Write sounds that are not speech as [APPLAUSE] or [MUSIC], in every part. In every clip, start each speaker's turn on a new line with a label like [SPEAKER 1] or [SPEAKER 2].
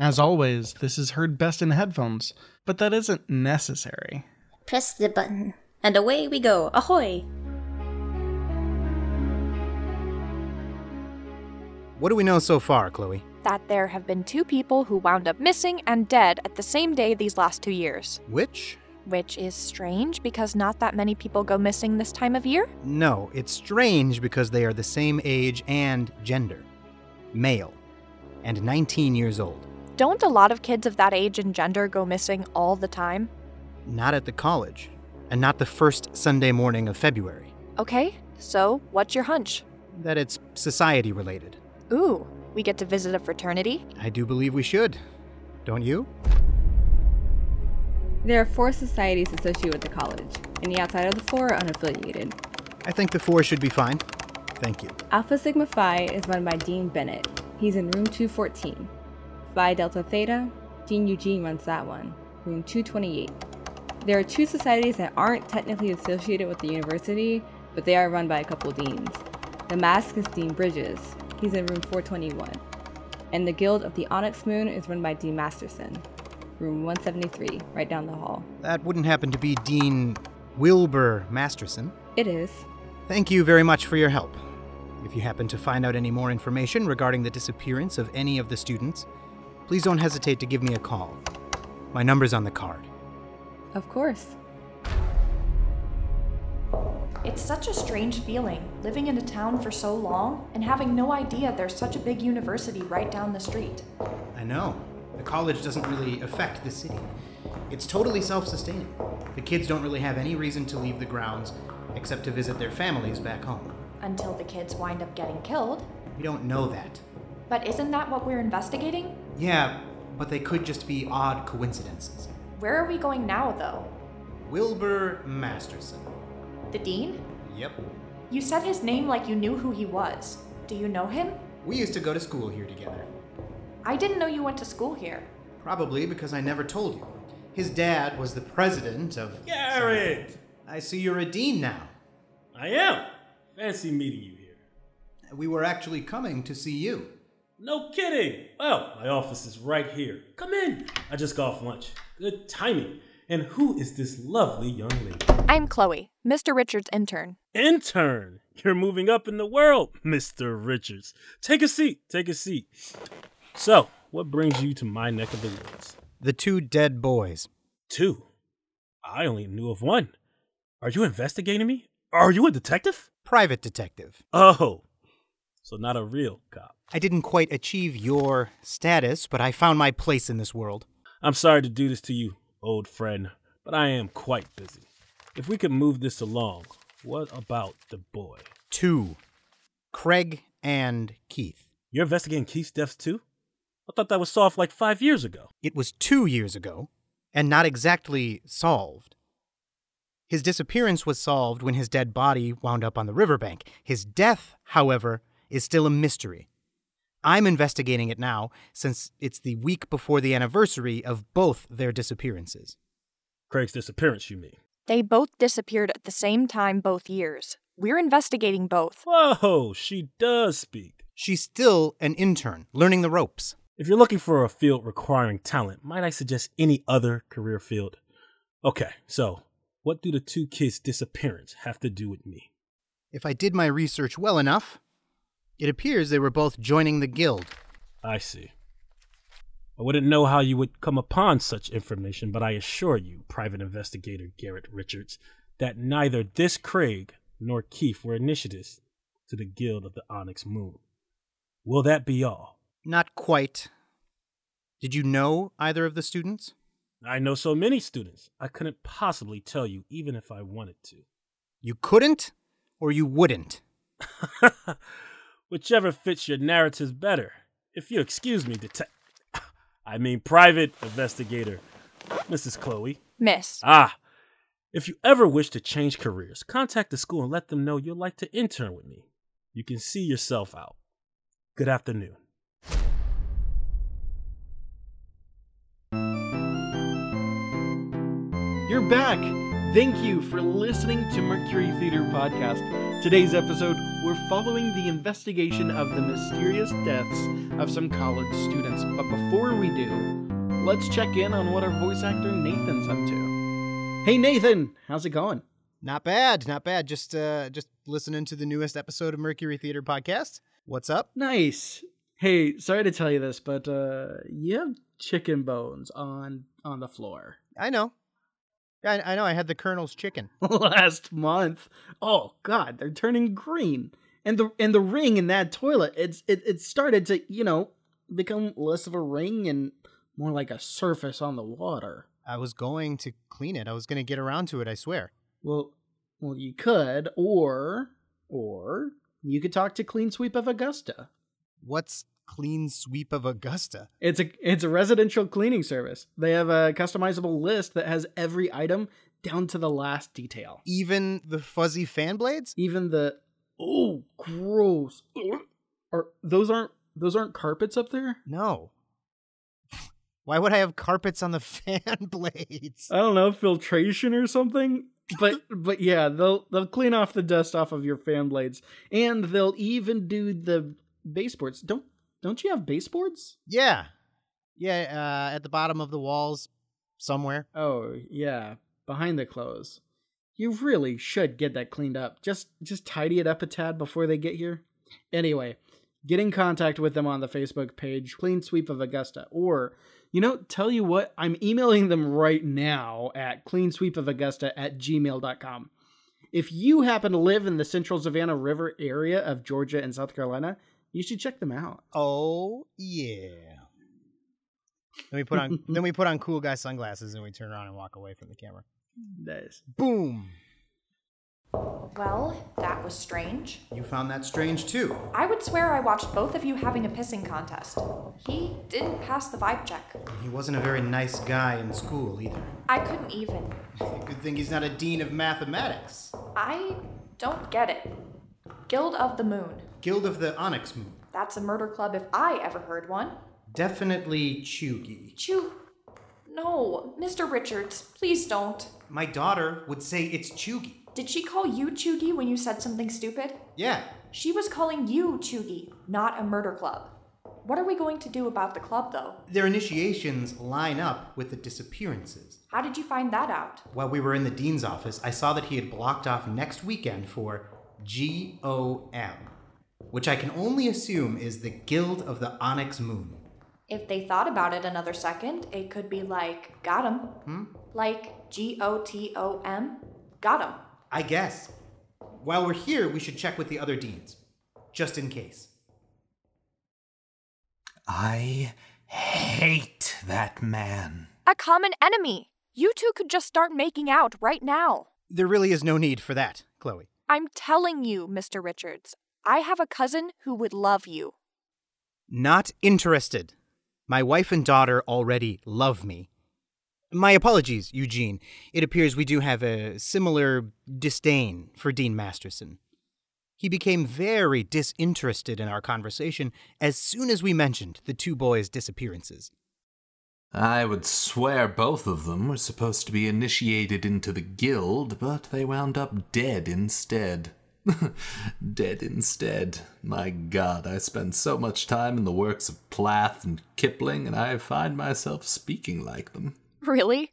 [SPEAKER 1] As always, this is heard best in headphones, but that isn't necessary.
[SPEAKER 2] Press the button, and away we go. Ahoy!
[SPEAKER 3] What do we know so far, Chloe?
[SPEAKER 4] That there have been two people who wound up missing and dead at the same day these last two years.
[SPEAKER 3] Which?
[SPEAKER 4] Which is strange because not that many people go missing this time of year.
[SPEAKER 3] No, it's strange because they are the same age and gender male and 19 years old.
[SPEAKER 4] Don't a lot of kids of that age and gender go missing all the time?
[SPEAKER 3] Not at the college, and not the first Sunday morning of February.
[SPEAKER 4] Okay, so what's your hunch?
[SPEAKER 3] That it's society related.
[SPEAKER 4] Ooh, we get to visit a fraternity?
[SPEAKER 3] I do believe we should. Don't you?
[SPEAKER 5] There are four societies associated with the college, and the outside of the four are unaffiliated.
[SPEAKER 3] I think the four should be fine. Thank you.
[SPEAKER 5] Alpha Sigma Phi is run by Dean Bennett. He's in room 214. Phi Delta Theta, Dean Eugene runs that one, room 228. There are two societies that aren't technically associated with the university, but they are run by a couple deans. The Mask is Dean Bridges. He's in room 421. And the Guild of the Onyx Moon is run by Dean Masterson, room 173, right down the hall.
[SPEAKER 3] That wouldn't happen to be Dean Wilbur Masterson.
[SPEAKER 5] It is.
[SPEAKER 3] Thank you very much for your help. If you happen to find out any more information regarding the disappearance of any of the students, please don't hesitate to give me a call. My number's on the card.
[SPEAKER 5] Of course.
[SPEAKER 4] It's such a strange feeling, living in a town for so long and having no idea there's such a big university right down the street.
[SPEAKER 3] I know. The college doesn't really affect the city. It's totally self sustaining. The kids don't really have any reason to leave the grounds except to visit their families back home.
[SPEAKER 4] Until the kids wind up getting killed.
[SPEAKER 3] We don't know that.
[SPEAKER 4] But isn't that what we're investigating?
[SPEAKER 3] Yeah, but they could just be odd coincidences.
[SPEAKER 4] Where are we going now, though?
[SPEAKER 3] Wilbur Masterson.
[SPEAKER 4] The dean?
[SPEAKER 3] Yep.
[SPEAKER 4] You said his name like you knew who he was. Do you know him?
[SPEAKER 3] We used to go to school here together.
[SPEAKER 4] I didn't know you went to school here.
[SPEAKER 3] Probably because I never told you. His dad was the president of.
[SPEAKER 6] Garrett!
[SPEAKER 3] I see you're a dean now.
[SPEAKER 6] I am! Fancy meeting you here.
[SPEAKER 3] We were actually coming to see you.
[SPEAKER 6] No kidding! Well, my office is right here. Come in! I just got off lunch. Good timing. And who is this lovely young lady?
[SPEAKER 4] I'm Chloe, Mr. Richards' intern.
[SPEAKER 6] Intern! You're moving up in the world, Mr. Richards. Take a seat, take a seat. So, what brings you to my neck of the woods?
[SPEAKER 3] The two dead boys.
[SPEAKER 6] Two. I only knew of one. Are you investigating me? Are you a detective?
[SPEAKER 3] Private detective.
[SPEAKER 6] Oh, so not a real cop.
[SPEAKER 3] I didn't quite achieve your status, but I found my place in this world.
[SPEAKER 6] I'm sorry to do this to you, old friend, but I am quite busy. If we could move this along, what about the boy?
[SPEAKER 3] Two. Craig and Keith.
[SPEAKER 6] You're investigating Keith's deaths too? I thought that was solved like five years ago.
[SPEAKER 3] It was two years ago, and not exactly solved. His disappearance was solved when his dead body wound up on the riverbank. His death, however, is still a mystery. I'm investigating it now since it's the week before the anniversary of both their disappearances.
[SPEAKER 6] Craig's disappearance, you mean?
[SPEAKER 4] They both disappeared at the same time both years. We're investigating both.
[SPEAKER 6] Whoa, she does speak.
[SPEAKER 3] She's still an intern, learning the ropes.
[SPEAKER 6] If you're looking for a field requiring talent, might I suggest any other career field? Okay, so what do the two kids' disappearance have to do with me?
[SPEAKER 3] If I did my research well enough, it appears they were both joining the guild.
[SPEAKER 6] I see. I wouldn't know how you would come upon such information, but I assure you, Private Investigator Garrett Richards, that neither this Craig nor Keefe were initiatives to the Guild of the Onyx Moon. Will that be all?
[SPEAKER 3] Not quite. Did you know either of the students?
[SPEAKER 6] I know so many students. I couldn't possibly tell you, even if I wanted to.
[SPEAKER 3] You couldn't, or you wouldn't?
[SPEAKER 6] [LAUGHS] Whichever fits your narratives better. If you excuse me, detect. [COUGHS] I mean, Private Investigator, Mrs. Chloe.
[SPEAKER 4] Miss.
[SPEAKER 6] Ah, if you ever wish to change careers, contact the school and let them know you'd like to intern with me. You can see yourself out. Good afternoon.
[SPEAKER 1] You're back! Thank you for listening to Mercury Theater Podcast. Today's episode, we're following the investigation of the mysterious deaths of some college students. But before we do, let's check in on what our voice actor Nathan's up to. Hey Nathan, how's it going?
[SPEAKER 3] Not bad, not bad. Just uh just listening to the newest episode of Mercury Theater podcast. What's up?
[SPEAKER 1] Nice. Hey, sorry to tell you this, but uh, you have chicken bones on on the floor.
[SPEAKER 3] I know. I, I know I had the Colonel's chicken.
[SPEAKER 1] [LAUGHS] last month. Oh God, they're turning green, and the and the ring in that toilet. It's it it started to you know become less of a ring and more like a surface on the water.
[SPEAKER 3] I was going to clean it. I was going to get around to it, I swear.
[SPEAKER 1] Well, well, you could, or or you could talk to Clean Sweep of Augusta.
[SPEAKER 3] What's clean sweep of Augusta?
[SPEAKER 1] It's a it's a residential cleaning service. They have a customizable list that has every item down to the last detail.
[SPEAKER 3] Even the fuzzy fan blades?
[SPEAKER 1] even the oh gross are those aren't those aren't carpets up there
[SPEAKER 3] No. Why would I have carpets on the [LAUGHS] fan blades?
[SPEAKER 1] i don't know filtration or something but but yeah they'll they'll clean off the dust off of your fan blades and they'll even do the baseboards don't don't you have baseboards
[SPEAKER 3] yeah. Yeah, uh, at the bottom of the walls somewhere.
[SPEAKER 1] oh yeah behind the clothes you really should get that cleaned up just just tidy it up a tad before they get here anyway get in contact with them on the facebook page clean sweep of augusta or you know tell you what i'm emailing them right now at clean sweep of augusta at gmail.com if you happen to live in the central savannah river area of georgia and south carolina you should check them out
[SPEAKER 3] Oh yeah. Then we put
[SPEAKER 1] [LAUGHS]
[SPEAKER 3] on then we put on cool guy sunglasses and we turn around and walk away from the camera.
[SPEAKER 1] nice
[SPEAKER 3] Boom.
[SPEAKER 7] Well, that was strange.
[SPEAKER 3] You found that strange too.
[SPEAKER 7] I would swear I watched both of you having a pissing contest. He didn't pass the vibe check.
[SPEAKER 3] He wasn't a very nice guy in school either.
[SPEAKER 7] I couldn't even.
[SPEAKER 3] Good thing he's not a dean of mathematics.
[SPEAKER 7] I don't get it. Guild of the Moon.
[SPEAKER 3] Guild of the Onyx Moon.
[SPEAKER 7] That's a murder club if I ever heard one.
[SPEAKER 3] Definitely Chugi.
[SPEAKER 7] Chew. No, Mr. Richards, please don't.
[SPEAKER 3] My daughter would say it's Chugi.
[SPEAKER 7] Did she call you Chugi when you said something stupid?
[SPEAKER 3] Yeah.
[SPEAKER 7] She was calling you Chugi, not a murder club. What are we going to do about the club, though?
[SPEAKER 3] Their initiations line up with the disappearances.
[SPEAKER 7] How did you find that out?
[SPEAKER 3] While we were in the dean's office, I saw that he had blocked off next weekend for GOM, which I can only assume is the Guild of the Onyx Moon.
[SPEAKER 7] If they thought about it another second, it could be like, got him.
[SPEAKER 3] Hmm?
[SPEAKER 7] Like G O T O M? Got him.
[SPEAKER 3] I guess. While we're here, we should check with the other deans, just in case.
[SPEAKER 8] I hate that man.
[SPEAKER 4] A common enemy! You two could just start making out right now.
[SPEAKER 3] There really is no need for that, Chloe.
[SPEAKER 4] I'm telling you, Mr. Richards, I have a cousin who would love you.
[SPEAKER 3] Not interested. My wife and daughter already love me. My apologies, Eugene. It appears we do have a similar disdain for Dean Masterson. He became very disinterested in our conversation as soon as we mentioned the two boys' disappearances.
[SPEAKER 8] I would swear both of them were supposed to be initiated into the guild, but they wound up dead instead. [LAUGHS] dead instead. My god, I spend so much time in the works of Plath and Kipling, and I find myself speaking like them.
[SPEAKER 4] Really?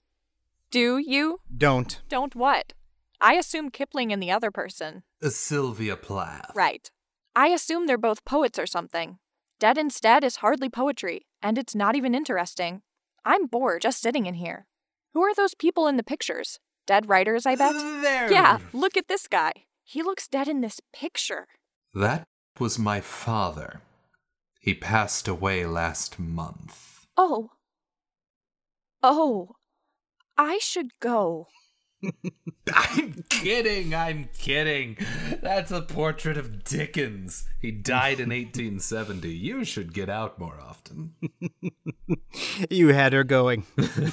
[SPEAKER 4] Do you?
[SPEAKER 3] Don't.
[SPEAKER 4] Don't what? I assume Kipling and the other person.
[SPEAKER 8] Uh, Sylvia Plath.
[SPEAKER 4] Right. I assume they're both poets or something. Dead Instead is hardly poetry, and it's not even interesting. I'm bored just sitting in here. Who are those people in the pictures? Dead writers, I bet?
[SPEAKER 8] There.
[SPEAKER 4] Yeah, look at this guy. He looks dead in this picture.
[SPEAKER 8] That was my father. He passed away last month.
[SPEAKER 4] Oh. Oh. I should go.
[SPEAKER 8] [LAUGHS] I'm kidding. I'm kidding. That's a portrait of Dickens. He died in 1870. You should get out more often.
[SPEAKER 3] [LAUGHS] You had her going.
[SPEAKER 8] [LAUGHS]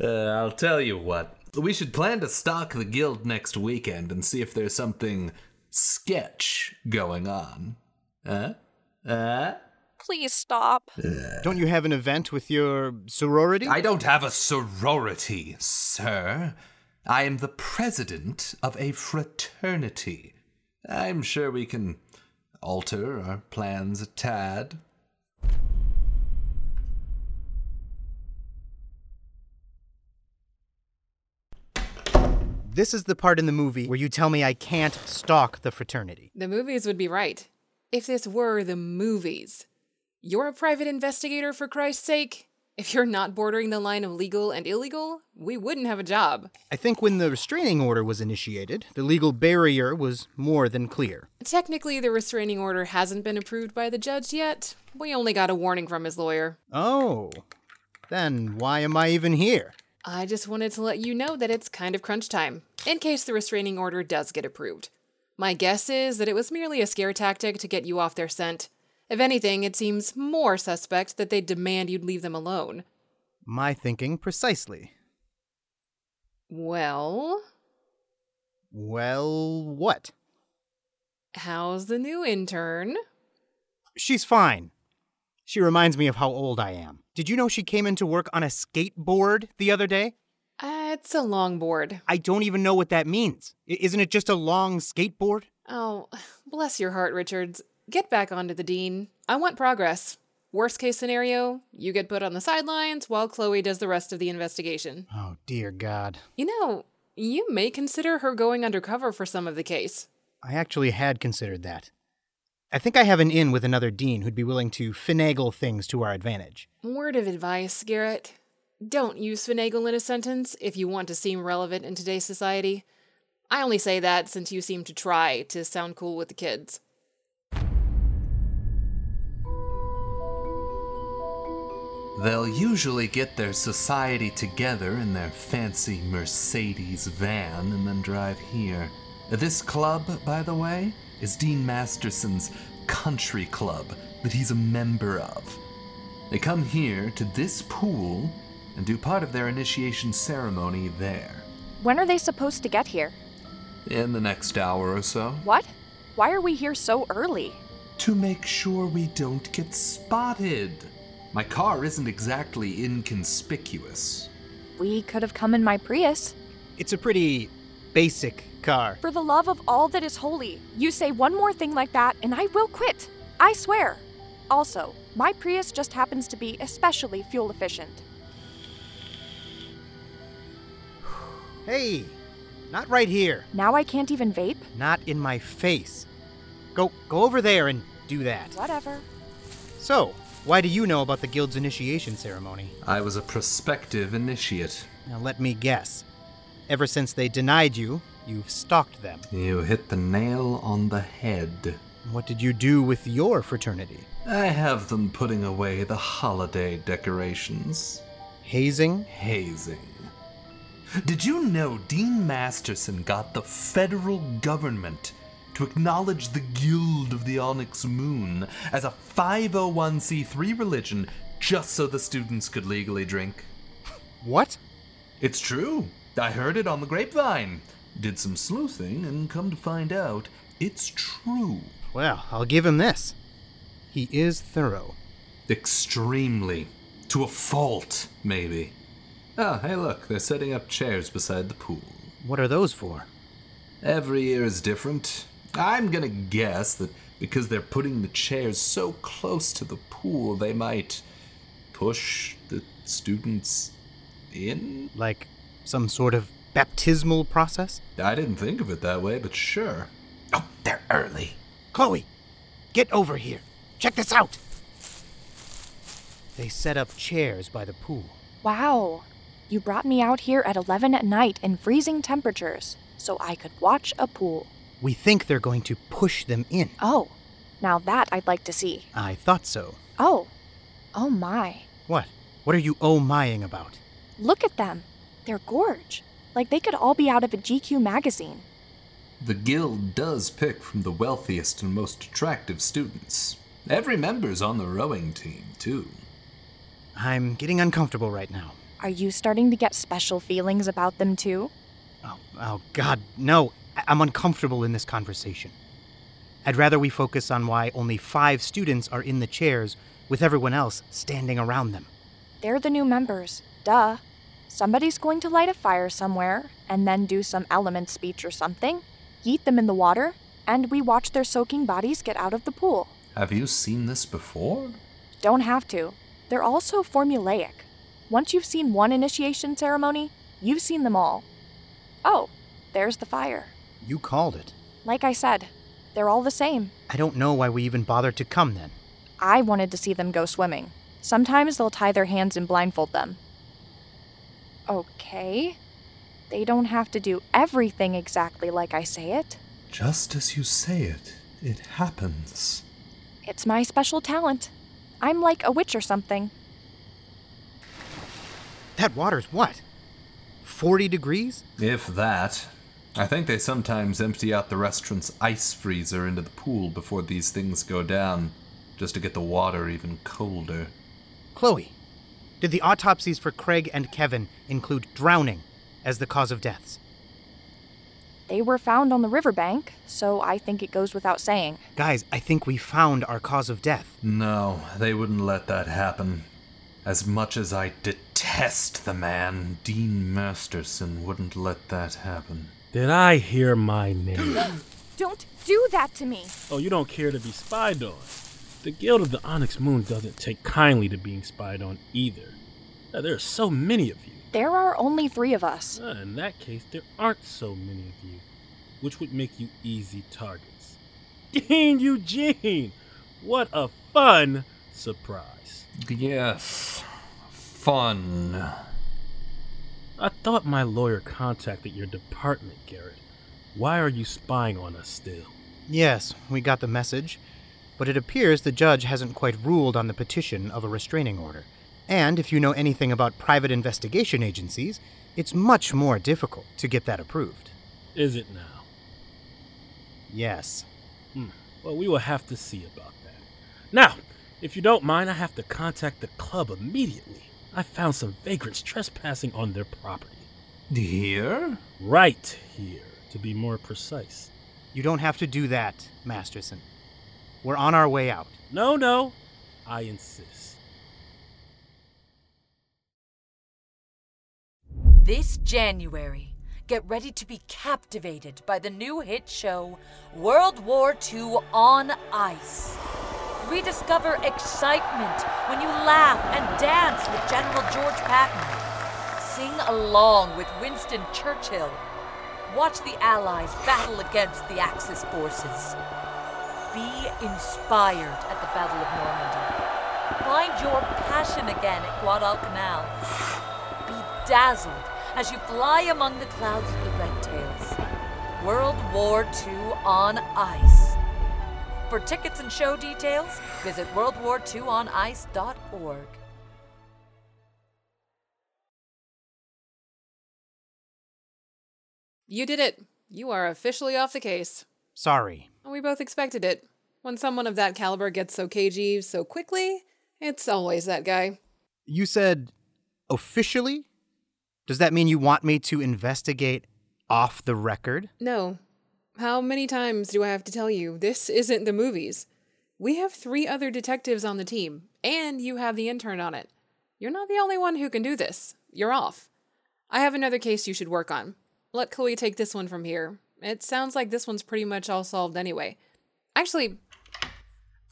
[SPEAKER 8] Uh, I'll tell you what. We should plan to stock the guild next weekend and see if there's something sketch going on. Huh? Huh?
[SPEAKER 4] Please stop.
[SPEAKER 3] Don't you have an event with your sorority?
[SPEAKER 8] I don't have a sorority, sir. I am the president of a fraternity. I'm sure we can alter our plans a tad.
[SPEAKER 3] This is the part in the movie where you tell me I can't stalk the fraternity.
[SPEAKER 9] The movies would be right. If this were the movies. You're a private investigator, for Christ's sake. If you're not bordering the line of legal and illegal, we wouldn't have a job.
[SPEAKER 3] I think when the restraining order was initiated, the legal barrier was more than clear.
[SPEAKER 9] Technically, the restraining order hasn't been approved by the judge yet. We only got a warning from his lawyer.
[SPEAKER 3] Oh, then why am I even here?
[SPEAKER 9] I just wanted to let you know that it's kind of crunch time, in case the restraining order does get approved. My guess is that it was merely a scare tactic to get you off their scent. If anything, it seems more suspect that they demand you'd leave them alone.
[SPEAKER 3] My thinking precisely.
[SPEAKER 9] Well,
[SPEAKER 3] Well, what?
[SPEAKER 9] how's the new intern?
[SPEAKER 3] She's fine. She reminds me of how old I am. Did you know she came into work on a skateboard the other day?
[SPEAKER 9] Uh, it's a longboard.
[SPEAKER 3] I don't even know what that means. I- isn't it just a long skateboard?
[SPEAKER 9] Oh, [SIGHS] bless your heart, Richards. Get back onto the dean. I want progress. Worst case scenario, you get put on the sidelines while Chloe does the rest of the investigation.
[SPEAKER 3] Oh, dear God.
[SPEAKER 9] You know, you may consider her going undercover for some of the case.
[SPEAKER 3] I actually had considered that. I think I have an in with another dean who'd be willing to finagle things to our advantage.
[SPEAKER 9] Word of advice, Garrett. Don't use finagle in a sentence if you want to seem relevant in today's society. I only say that since you seem to try to sound cool with the kids.
[SPEAKER 8] They'll usually get their society together in their fancy Mercedes van and then drive here. This club, by the way, is Dean Masterson's country club that he's a member of. They come here to this pool and do part of their initiation ceremony there.
[SPEAKER 4] When are they supposed to get here?
[SPEAKER 8] In the next hour or so,
[SPEAKER 4] What? Why are we here so early?
[SPEAKER 8] to make sure we don't get spotted. My car isn't exactly inconspicuous.
[SPEAKER 4] We could have come in my Prius.
[SPEAKER 3] It's a pretty basic car.
[SPEAKER 4] For the love of all that is holy, you say one more thing like that and I will quit. I swear. Also, my Prius just happens to be especially fuel efficient.
[SPEAKER 3] Hey, not right here.
[SPEAKER 4] Now I can't even vape?
[SPEAKER 3] Not in my face. Go go over there and do that.
[SPEAKER 4] Whatever.
[SPEAKER 3] So, why do you know about the guild's initiation ceremony?
[SPEAKER 8] I was a prospective initiate.
[SPEAKER 3] Now let me guess. Ever since they denied you, you've stalked them.
[SPEAKER 8] You hit the nail on the head.
[SPEAKER 3] What did you do with your fraternity?
[SPEAKER 8] I have them putting away the holiday decorations.
[SPEAKER 3] Hazing?
[SPEAKER 8] Hazing. Did you know Dean Masterson got the federal government to acknowledge the Guild of the Onyx Moon as a 501c3 religion just so the students could legally drink?
[SPEAKER 3] What?
[SPEAKER 8] It's true. I heard it on the grapevine. Did some sleuthing and come to find out it's true.
[SPEAKER 3] Well, I'll give him this. He is thorough.
[SPEAKER 8] Extremely. To a fault, maybe. Ah, hey, look, they're setting up chairs beside the pool.
[SPEAKER 3] What are those for?
[SPEAKER 8] Every year is different. I'm gonna guess that because they're putting the chairs so close to the pool, they might push the students in?
[SPEAKER 3] Like some sort of baptismal process?
[SPEAKER 8] I didn't think of it that way, but sure. Oh, they're early.
[SPEAKER 3] Chloe, get over here. Check this out. They set up chairs by the pool.
[SPEAKER 4] Wow. You brought me out here at 11 at night in freezing temperatures so I could watch a pool.
[SPEAKER 3] We think they're going to push them in.
[SPEAKER 4] Oh, now that I'd like to see.
[SPEAKER 3] I thought so.
[SPEAKER 4] Oh, oh my.
[SPEAKER 3] What? What are you oh mying about?
[SPEAKER 4] Look at them. They're gorge. Like they could all be out of a GQ magazine.
[SPEAKER 8] The guild does pick from the wealthiest and most attractive students. Every member's on the rowing team, too.
[SPEAKER 3] I'm getting uncomfortable right now.
[SPEAKER 4] Are you starting to get special feelings about them too?
[SPEAKER 3] Oh, oh God, no. I- I'm uncomfortable in this conversation. I'd rather we focus on why only five students are in the chairs with everyone else standing around them.
[SPEAKER 4] They're the new members. Duh. Somebody's going to light a fire somewhere and then do some element speech or something, yeet them in the water, and we watch their soaking bodies get out of the pool.
[SPEAKER 8] Have you seen this before?
[SPEAKER 4] Don't have to. They're all so formulaic. Once you've seen one initiation ceremony, you've seen them all. Oh, there's the fire.
[SPEAKER 3] You called it.
[SPEAKER 4] Like I said, they're all the same.
[SPEAKER 3] I don't know why we even bothered to come then.
[SPEAKER 4] I wanted to see them go swimming. Sometimes they'll tie their hands and blindfold them. Okay. They don't have to do everything exactly like I say it.
[SPEAKER 8] Just as you say it, it happens.
[SPEAKER 4] It's my special talent. I'm like a witch or something.
[SPEAKER 3] That water's what? 40 degrees?
[SPEAKER 8] If that. I think they sometimes empty out the restaurant's ice freezer into the pool before these things go down, just to get the water even colder.
[SPEAKER 3] Chloe, did the autopsies for Craig and Kevin include drowning as the cause of deaths?
[SPEAKER 4] They were found on the riverbank, so I think it goes without saying.
[SPEAKER 3] Guys, I think we found our cause of death.
[SPEAKER 8] No, they wouldn't let that happen. As much as I detest the man, Dean Masterson wouldn't let that happen.
[SPEAKER 6] Did I hear my name?
[SPEAKER 4] [GASPS] Don't do that to me!
[SPEAKER 6] oh, you don't care to be spied on. The Guild of the Onyx Moon doesn't take kindly to being spied on either. Now, there are so many of you.
[SPEAKER 4] There are only three of us.
[SPEAKER 6] Uh, in that case, there aren't so many of you, which would make you easy targets. [LAUGHS] Dean Eugene! What a fun surprise!
[SPEAKER 8] Yes. Fun.
[SPEAKER 6] I thought my lawyer contacted your department, Garrett. Why are you spying on us still?
[SPEAKER 3] Yes, we got the message, but it appears the judge hasn't quite ruled on the petition of a restraining order. And if you know anything about private investigation agencies, it's much more difficult to get that approved.
[SPEAKER 6] Is it now?
[SPEAKER 3] Yes.
[SPEAKER 6] Hmm. Well, we will have to see about that. Now, if you don't mind, I have to contact the club immediately. I found some vagrants trespassing on their property.
[SPEAKER 8] Here?
[SPEAKER 6] Right here, to be more precise.
[SPEAKER 3] You don't have to do that, Masterson. We're on our way out.
[SPEAKER 6] No, no, I insist.
[SPEAKER 10] This January, get ready to be captivated by the new hit show World War II on Ice. Rediscover excitement when you laugh and dance with General George Patton. Sing along with Winston Churchill. Watch the Allies battle against the Axis forces. Be inspired at the Battle of Normandy. Find your passion again at Guadalcanal. Be dazzled as you fly among the clouds of the Red Tails. World War II on Ice. For tickets and show details, visit worldwar2onice.org.
[SPEAKER 9] You did it. You are officially off the case.
[SPEAKER 3] Sorry.
[SPEAKER 9] We both expected it. When someone of that caliber gets so cagey so quickly, it's always that guy.
[SPEAKER 3] You said officially? Does that mean you want me to investigate off the record?
[SPEAKER 9] No. How many times do I have to tell you this isn't the movies? We have three other detectives on the team, and you have the intern on it. You're not the only one who can do this. You're off. I have another case you should work on. Let Chloe take this one from here. It sounds like this one's pretty much all solved anyway. Actually,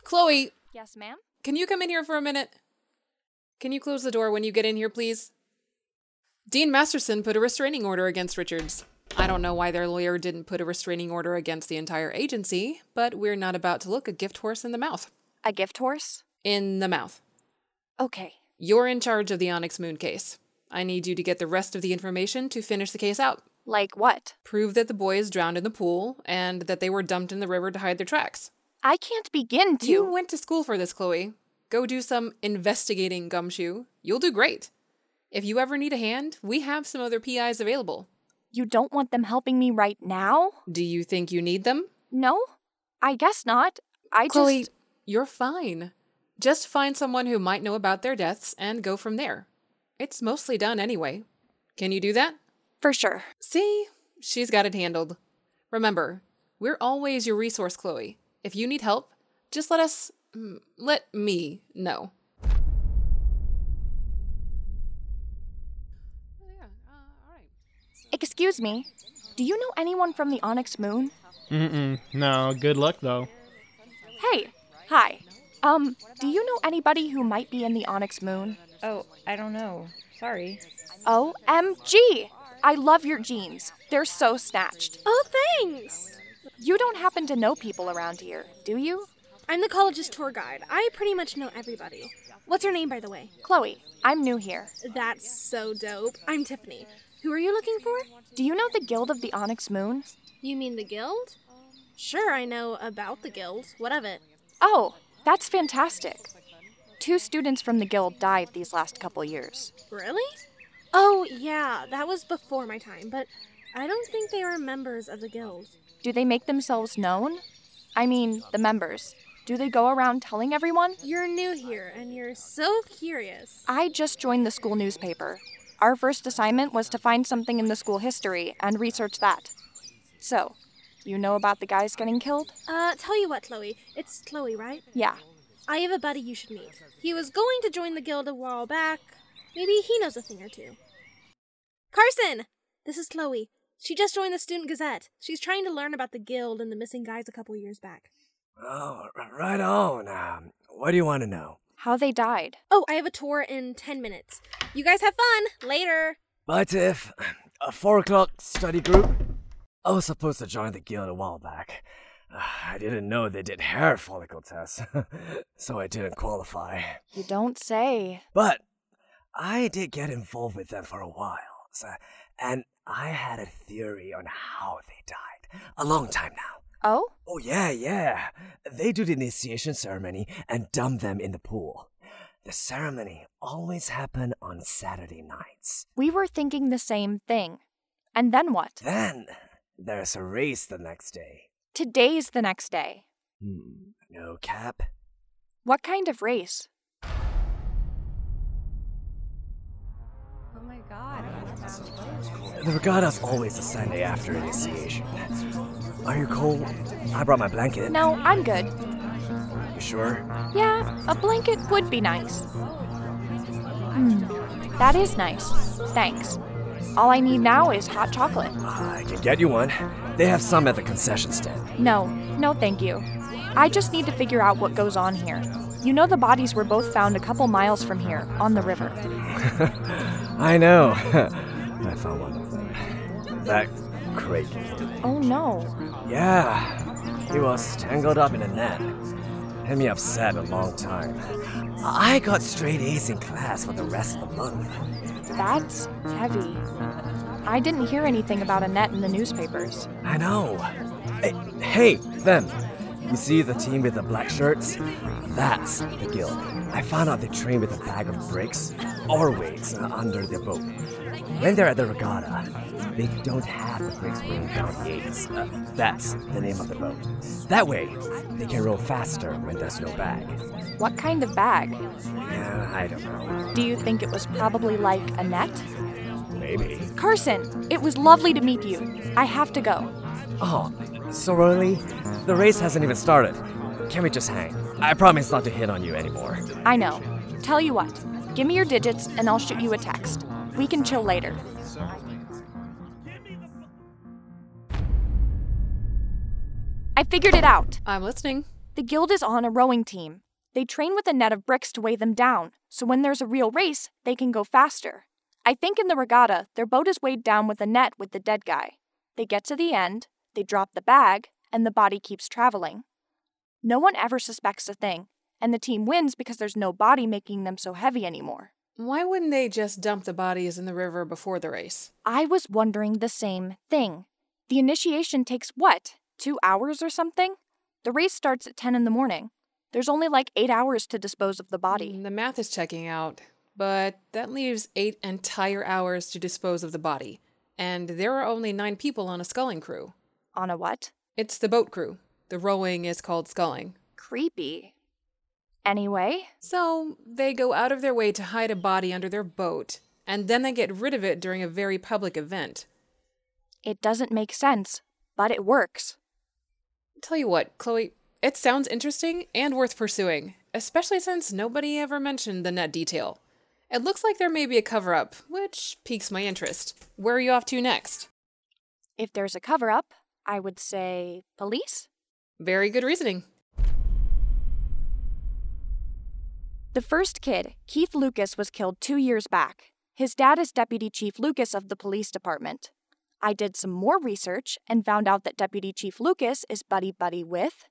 [SPEAKER 9] Chloe,
[SPEAKER 4] Yes, ma'am?
[SPEAKER 9] can you come in here for a minute? Can you close the door when you get in here, please? Dean Masterson put a restraining order against Richards. I don't know why their lawyer didn't put a restraining order against the entire agency, but we're not about to look a gift horse in the mouth.
[SPEAKER 4] A gift horse?
[SPEAKER 9] In the mouth.
[SPEAKER 4] Okay.
[SPEAKER 9] You're in charge of the Onyx Moon case. I need you to get the rest of the information to finish the case out.
[SPEAKER 4] Like what?
[SPEAKER 9] Prove that the boys drowned in the pool and that they were dumped in the river to hide their tracks.
[SPEAKER 4] I can't begin to.
[SPEAKER 9] You went to school for this, Chloe. Go do some investigating, Gumshoe. You'll do great. If you ever need a hand, we have some other PIs available.
[SPEAKER 4] You don't want them helping me right now?
[SPEAKER 9] Do you think you need them?
[SPEAKER 4] No? I guess not. I
[SPEAKER 9] Chloe,
[SPEAKER 4] just.
[SPEAKER 9] you're fine. Just find someone who might know about their deaths and go from there. It's mostly done anyway. Can you do that?
[SPEAKER 4] For sure.
[SPEAKER 9] See, she's got it handled. Remember, we're always your resource, Chloe. If you need help, just let us, mm, let me know.
[SPEAKER 4] Excuse me, do you know anyone from the Onyx Moon?
[SPEAKER 11] Mm-mm. No, good luck though.
[SPEAKER 4] Hey, hi. Um, do you know anybody who might be in the Onyx Moon?
[SPEAKER 12] Oh, I don't know. Sorry.
[SPEAKER 4] OMG! I love your jeans. They're so snatched.
[SPEAKER 2] Oh, thanks!
[SPEAKER 4] You don't happen to know people around here, do you?
[SPEAKER 2] I'm the college's tour guide. I pretty much know everybody. What's your name, by the way?
[SPEAKER 4] Chloe, I'm new here.
[SPEAKER 2] That's so dope. I'm Tiffany. Who are you looking for?
[SPEAKER 4] Do you know the Guild of the Onyx Moon?
[SPEAKER 2] You mean the guild? Sure, I know about the guild. What of it?
[SPEAKER 4] Oh, that's fantastic. Two students from the guild died these last couple years.
[SPEAKER 2] Really? Oh, yeah, that was before my time, but I don't think they are members of the guild.
[SPEAKER 4] Do they make themselves known? I mean, the members. Do they go around telling everyone?
[SPEAKER 2] You're new here and you're so curious.
[SPEAKER 4] I just joined the school newspaper. Our first assignment was to find something in the school history and research that. So, you know about the guys getting killed?
[SPEAKER 2] Uh, tell you what, Chloe. It's Chloe, right?
[SPEAKER 4] Yeah.
[SPEAKER 2] I have a buddy you should meet. He was going to join the guild a while back. Maybe he knows a thing or two. Carson! This is Chloe. She just joined the Student Gazette. She's trying to learn about the guild and the missing guys a couple years back.
[SPEAKER 13] Oh, r- right on. Um, what do you want to know?
[SPEAKER 4] How they died.
[SPEAKER 2] Oh, I have a tour in 10 minutes. You guys have fun! Later!
[SPEAKER 13] But if a four o'clock study group, I was supposed to join the guild a while back. Uh, I didn't know they did hair follicle tests, [LAUGHS] so I didn't qualify.
[SPEAKER 4] You don't say.
[SPEAKER 13] But I did get involved with them for a while, so, and I had a theory on how they died a long time now.
[SPEAKER 4] Oh?
[SPEAKER 13] Oh, yeah, yeah. They do the initiation ceremony and dump them in the pool. The ceremony always happened on Saturday nights.
[SPEAKER 4] We were thinking the same thing. And then what?
[SPEAKER 13] Then there's a race the next day.
[SPEAKER 4] Today's the next day.
[SPEAKER 13] Hmm, no cap.
[SPEAKER 4] What kind of race?
[SPEAKER 5] Oh my god.
[SPEAKER 13] The regatta's always a Sunday after initiation. Are you cold? I brought my blanket.
[SPEAKER 4] No, I'm good.
[SPEAKER 13] You sure?
[SPEAKER 4] Yeah, a blanket would be nice. Hmm, that is nice. Thanks. All I need now is hot chocolate.
[SPEAKER 13] I can get you one. They have some at the concession stand.
[SPEAKER 4] No, no, thank you. I just need to figure out what goes on here. You know, the bodies were both found a couple miles from here, on the river.
[SPEAKER 13] I know. [LAUGHS] I found one of them. That crate.
[SPEAKER 4] Oh no.
[SPEAKER 13] Yeah, he was tangled up in a net. Had me upset a long time. I got straight A's in class for the rest of the month.
[SPEAKER 4] That's heavy. I didn't hear anything about a net in the newspapers.
[SPEAKER 13] I know. Hey, hey, them. You see the team with the black shirts? That's the guild. I found out they train with a bag of bricks or weights under their boat. When they're at the regatta, they don't have the bricks weighing down weights. Uh, that's the name of the boat. That way, they can row faster when there's no bag.
[SPEAKER 4] What kind of bag?
[SPEAKER 13] Yeah, I don't know.
[SPEAKER 4] Do you think it was probably like a net?
[SPEAKER 13] Maybe.
[SPEAKER 4] Carson, it was lovely to meet you. I have to go.
[SPEAKER 13] Oh, so early? The race hasn't even started. Can we just hang? I promise not to hit on you anymore.
[SPEAKER 4] I know. Tell you what, give me your digits and I'll shoot you a text. We can chill later. I figured it out.
[SPEAKER 9] I'm listening.
[SPEAKER 4] The guild is on a rowing team. They train with a net of bricks to weigh them down, so when there's a real race, they can go faster. I think in the regatta, their boat is weighed down with a net with the dead guy. They get to the end, they drop the bag, and the body keeps traveling. No one ever suspects a thing, and the team wins because there's no body making them so heavy anymore.
[SPEAKER 9] Why wouldn't they just dump the bodies in the river before the race?
[SPEAKER 4] I was wondering the same thing. The initiation takes what, two hours or something? The race starts at 10 in the morning. There's only like eight hours to dispose of the body.
[SPEAKER 9] Mm, The math is checking out, but that leaves eight entire hours to dispose of the body. And there are only nine people on a sculling crew.
[SPEAKER 4] On a what?
[SPEAKER 9] It's the boat crew. The rowing is called sculling.
[SPEAKER 4] Creepy. Anyway,
[SPEAKER 9] So they go out of their way to hide a body under their boat, and then they get rid of it during a very public event.
[SPEAKER 4] it doesn't make sense, but it works.
[SPEAKER 9] Tell you what, Chloe, it sounds interesting and worth pursuing, especially since nobody ever mentioned the net detail. It looks like there may be a cover up, which piques my interest. Where are you off to next?
[SPEAKER 4] If there's a cover up, I would say police?
[SPEAKER 9] Very good reasoning.
[SPEAKER 4] The first kid, Keith Lucas, was killed two years back. His dad is Deputy Chief Lucas of the police department. I did some more research and found out that Deputy Chief Lucas is buddy buddy with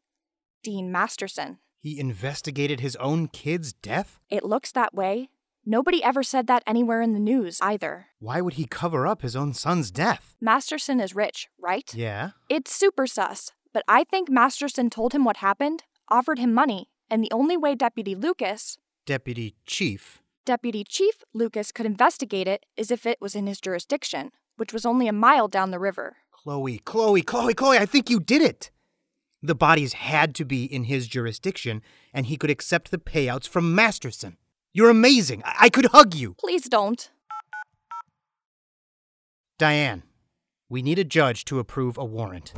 [SPEAKER 4] Dean Masterson.
[SPEAKER 3] He investigated his own kid's death?
[SPEAKER 4] It looks that way. Nobody ever said that anywhere in the news either.
[SPEAKER 3] Why would he cover up his own son's death?
[SPEAKER 4] Masterson is rich, right?
[SPEAKER 3] Yeah.
[SPEAKER 4] It's super sus, but I think Masterson told him what happened, offered him money, and the only way Deputy Lucas,
[SPEAKER 3] Deputy Chief.
[SPEAKER 4] Deputy Chief Lucas, could investigate it is if it was in his jurisdiction, which was only a mile down the river.
[SPEAKER 3] Chloe, Chloe, Chloe, Chloe, I think you did it! The bodies had to be in his jurisdiction, and he could accept the payouts from Masterson. You're amazing. I, I could hug you.
[SPEAKER 4] Please don't.
[SPEAKER 3] Diane, we need a judge to approve a warrant.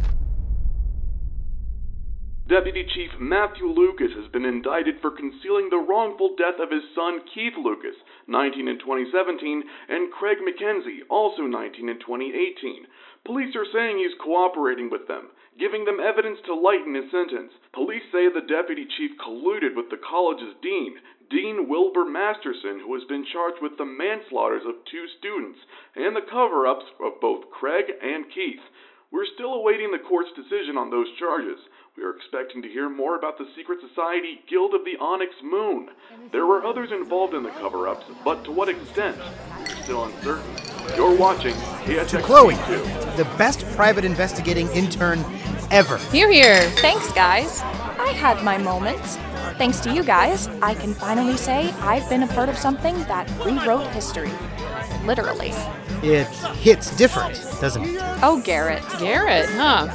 [SPEAKER 14] Deputy Chief Matthew Lucas has been indicted for concealing the wrongful death of his son Keith Lucas, 19 in 2017, and Craig McKenzie, also 19 in 2018. Police are saying he's cooperating with them, giving them evidence to lighten his sentence. Police say the deputy chief colluded with the college's dean, Dean Wilbur Masterson, who has been charged with the manslaughters of two students and the cover ups of both Craig and Keith. We're still awaiting the court's decision on those charges. We are expecting to hear more about the secret society Guild of the Onyx Moon. There were others involved in the cover ups, but to what extent? We're still uncertain. You're watching
[SPEAKER 3] To
[SPEAKER 14] KSXP2.
[SPEAKER 3] Chloe, the best private investigating intern ever.
[SPEAKER 9] Here, here.
[SPEAKER 4] Thanks, guys. I had my moments. Thanks to you guys, I can finally say I've been a part of something that rewrote history. Literally.
[SPEAKER 3] It hits different, doesn't it?
[SPEAKER 4] Oh, Garrett.
[SPEAKER 9] Garrett, huh?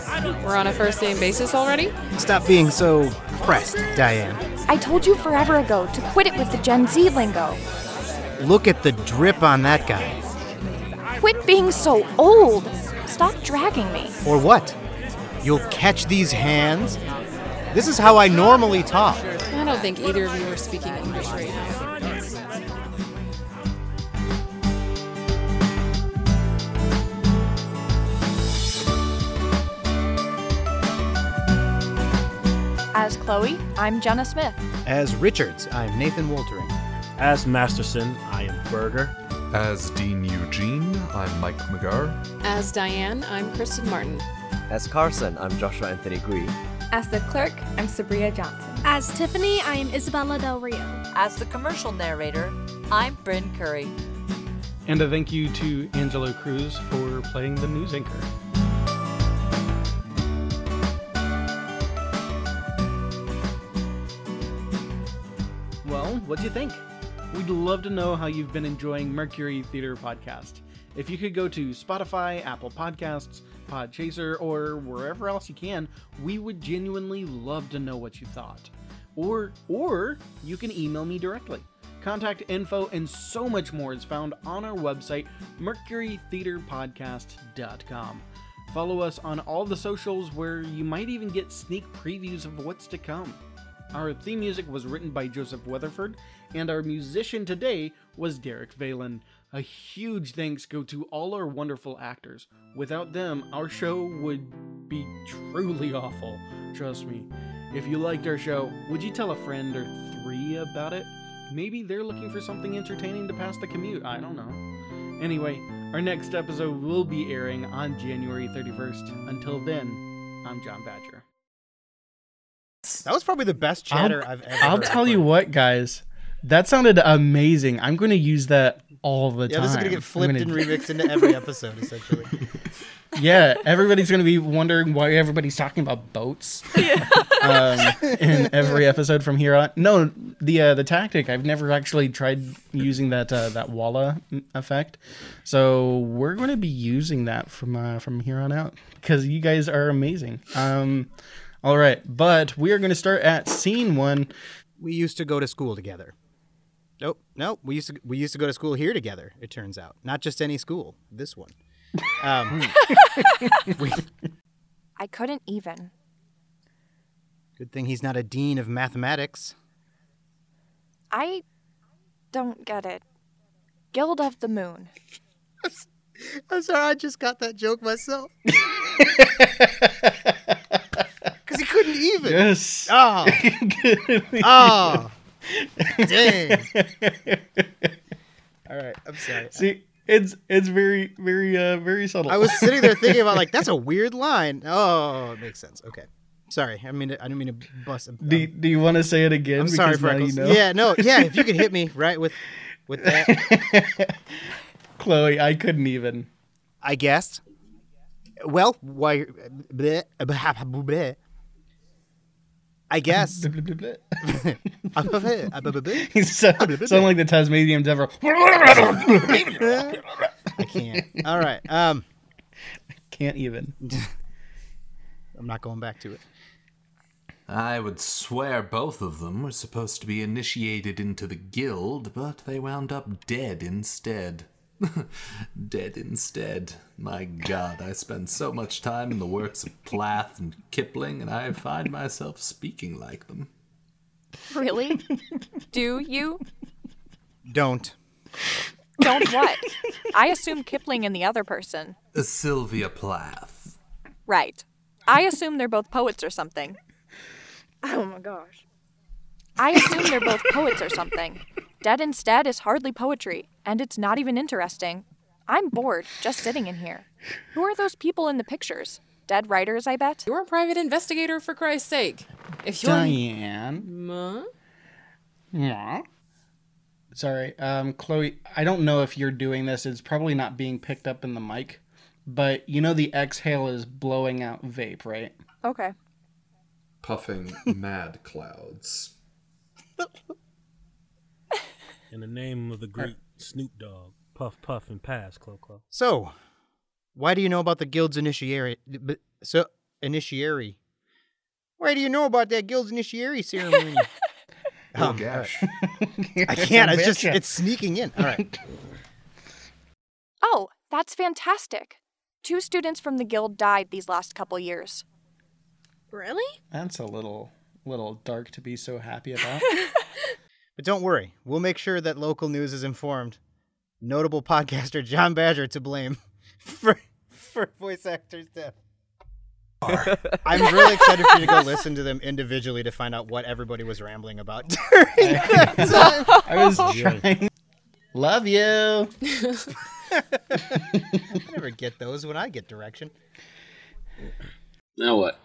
[SPEAKER 9] We're on a first name basis already?
[SPEAKER 3] Stop being so pressed, Diane.
[SPEAKER 4] I told you forever ago to quit it with the Gen Z lingo.
[SPEAKER 3] Look at the drip on that guy.
[SPEAKER 4] Quit being so old. Stop dragging me.
[SPEAKER 3] Or what? You'll catch these hands? This is how I normally talk.
[SPEAKER 9] I don't think either of you are speaking English right now.
[SPEAKER 4] As Chloe, I'm Jenna Smith.
[SPEAKER 3] As Richards, I'm Nathan Woltering.
[SPEAKER 6] As Masterson, I am Berger.
[SPEAKER 8] As Dean Eugene, I'm Mike McGar.
[SPEAKER 9] As Diane, I'm Kristen Martin.
[SPEAKER 13] As Carson, I'm Joshua Anthony Gui.
[SPEAKER 5] As the clerk, I'm Sabria Johnson.
[SPEAKER 2] As Tiffany, I am Isabella Del Rio.
[SPEAKER 10] As the commercial narrator, I'm Bryn Curry.
[SPEAKER 11] And a thank you to Angelo Cruz for playing the news anchor.
[SPEAKER 1] Well, what do you think? We'd love to know how you've been enjoying Mercury Theater Podcast. If you could go to Spotify, Apple Podcasts, Podchaser, or wherever else you can, we would genuinely love to know what you thought. Or or you can email me directly. Contact info and so much more is found on our website, mercurytheaterpodcast.com. Follow us on all the socials where you might even get sneak previews of what's to come. Our theme music was written by Joseph Weatherford, and our musician today was Derek Valen. A huge thanks go to all our wonderful actors. Without them, our show would be truly awful, trust me. If you liked our show, would you tell a friend or three about it? Maybe they're looking for something entertaining to pass the commute, I don't know. Anyway, our next episode will be airing on January 31st. Until then, I'm John Badger.
[SPEAKER 3] That was probably the best chatter
[SPEAKER 1] I'll,
[SPEAKER 3] have ever
[SPEAKER 1] I'll
[SPEAKER 3] heard.
[SPEAKER 1] tell you what, guys. That sounded amazing. I'm going to use that all the
[SPEAKER 3] Yeah,
[SPEAKER 1] time.
[SPEAKER 3] this is gonna
[SPEAKER 1] I'm
[SPEAKER 3] get flipped
[SPEAKER 1] gonna-
[SPEAKER 3] and remixed into every episode,
[SPEAKER 1] [LAUGHS]
[SPEAKER 3] essentially.
[SPEAKER 1] Yeah, everybody's going to be wondering why everybody's talking about boats um, in every episode from here on. No, the uh, the tactic. I've never actually tried using that uh, that Walla effect, so we're going to be using that from uh, from here on out because you guys are amazing. Um, all right, but we are going to start at scene one.
[SPEAKER 3] We used to go to school together. Nope, no, we used to we used to go to school here together. It turns out, not just any school, this one. Um,
[SPEAKER 1] Hmm.
[SPEAKER 3] we-
[SPEAKER 4] I couldn't even.
[SPEAKER 3] good thing he's not a
[SPEAKER 1] [LAUGHS]
[SPEAKER 3] dean of mathematics.
[SPEAKER 4] I don't get it. Guild of the Moon.
[SPEAKER 3] [LAUGHS] I'm sorry, I just got that joke myself. Because he couldn't even.
[SPEAKER 1] Yes. [LAUGHS]
[SPEAKER 3] Ah. Ah.
[SPEAKER 1] [LAUGHS]
[SPEAKER 3] Dang. All right, I'm sorry.
[SPEAKER 1] See, it's it's very very uh very subtle.
[SPEAKER 3] I was sitting there thinking about like that's a weird line. Oh, it makes sense. Okay. Sorry, I mean I didn't mean to bust. I'm,
[SPEAKER 1] [LAUGHS] Do, do you want to say it again?
[SPEAKER 3] I'm sorry,
[SPEAKER 1] Because now
[SPEAKER 3] Freckles.
[SPEAKER 1] you know.
[SPEAKER 3] Yeah, no, yeah. If you could
[SPEAKER 1] [LAUGHS]
[SPEAKER 3] hit me right with with that.
[SPEAKER 1] Chloe, I
[SPEAKER 3] [LAUGHS]
[SPEAKER 1] couldn't even.
[SPEAKER 14] I guessed.
[SPEAKER 3] Well, why? Bleh, bleh, bleh.
[SPEAKER 1] [LAUGHS]
[SPEAKER 3] I [LAUGHS] guess.
[SPEAKER 1] You sound, sound like the Tasmanian devil.
[SPEAKER 3] [LAUGHS] I can't. All right. Um,
[SPEAKER 1] can't even.
[SPEAKER 3] [LAUGHS] I'm not going back to it.
[SPEAKER 8] I would swear both of them were supposed to be initiated into the guild, but they wound up dead instead. [LAUGHS] dead instead. My god, I spend so much time in the works of Plath and Kipling, and I find myself speaking like them.
[SPEAKER 4] [LAUGHS] Really? Do you?
[SPEAKER 14] Don't.
[SPEAKER 4] Don't what? I assume Kipling and the other person.
[SPEAKER 8] Sylvia Plath.
[SPEAKER 4] Right. I assume they're both poets or something. Oh my gosh. I assume they're both poets or something. Dead Instead is hardly poetry, and it's not even interesting. I'm bored just sitting in here. Who are those people in the pictures? Dead writers, I bet?
[SPEAKER 9] You're a private investigator, for Christ's sake. If you're.
[SPEAKER 1] Diane.
[SPEAKER 9] Ma?
[SPEAKER 1] Yeah. Sorry, um, Chloe. I don't know if you're doing this. It's probably not being picked up in the mic, but you know the exhale is blowing out vape, right?
[SPEAKER 4] Okay.
[SPEAKER 8] Puffing mad clouds.
[SPEAKER 6] In the name of the great
[SPEAKER 3] Uh,
[SPEAKER 6] Snoop Dogg, puff, puff, and pass, Clo Clo.
[SPEAKER 14] So,
[SPEAKER 3] Why do you know about the guild's initiary? b- So initiary. Why do you know about that guild's initiary ceremony?
[SPEAKER 14] Oh,
[SPEAKER 3] Um,
[SPEAKER 14] gosh.
[SPEAKER 3] I can't. It's just
[SPEAKER 14] Betcha.
[SPEAKER 3] it's sneaking in. All right.
[SPEAKER 4] Oh, that's fantastic. Two students from the guild died these last couple years.
[SPEAKER 15] Really?
[SPEAKER 1] [LAUGHS] That's a little [LAUGHS] little dark to be so happy about.
[SPEAKER 3] But don't worry, we'll make sure that local news is informed. Notable podcaster John Badger to blame for [LAUGHS] for voice actors death. [LAUGHS] I'm really excited for you to go listen to them individually to find out what everybody was rambling about [LAUGHS] during
[SPEAKER 1] [LAUGHS]
[SPEAKER 3] that time.
[SPEAKER 1] I was
[SPEAKER 3] [LAUGHS]
[SPEAKER 1] trying. Love you. [LAUGHS]
[SPEAKER 3] I never get those when I get direction.
[SPEAKER 16] Now what?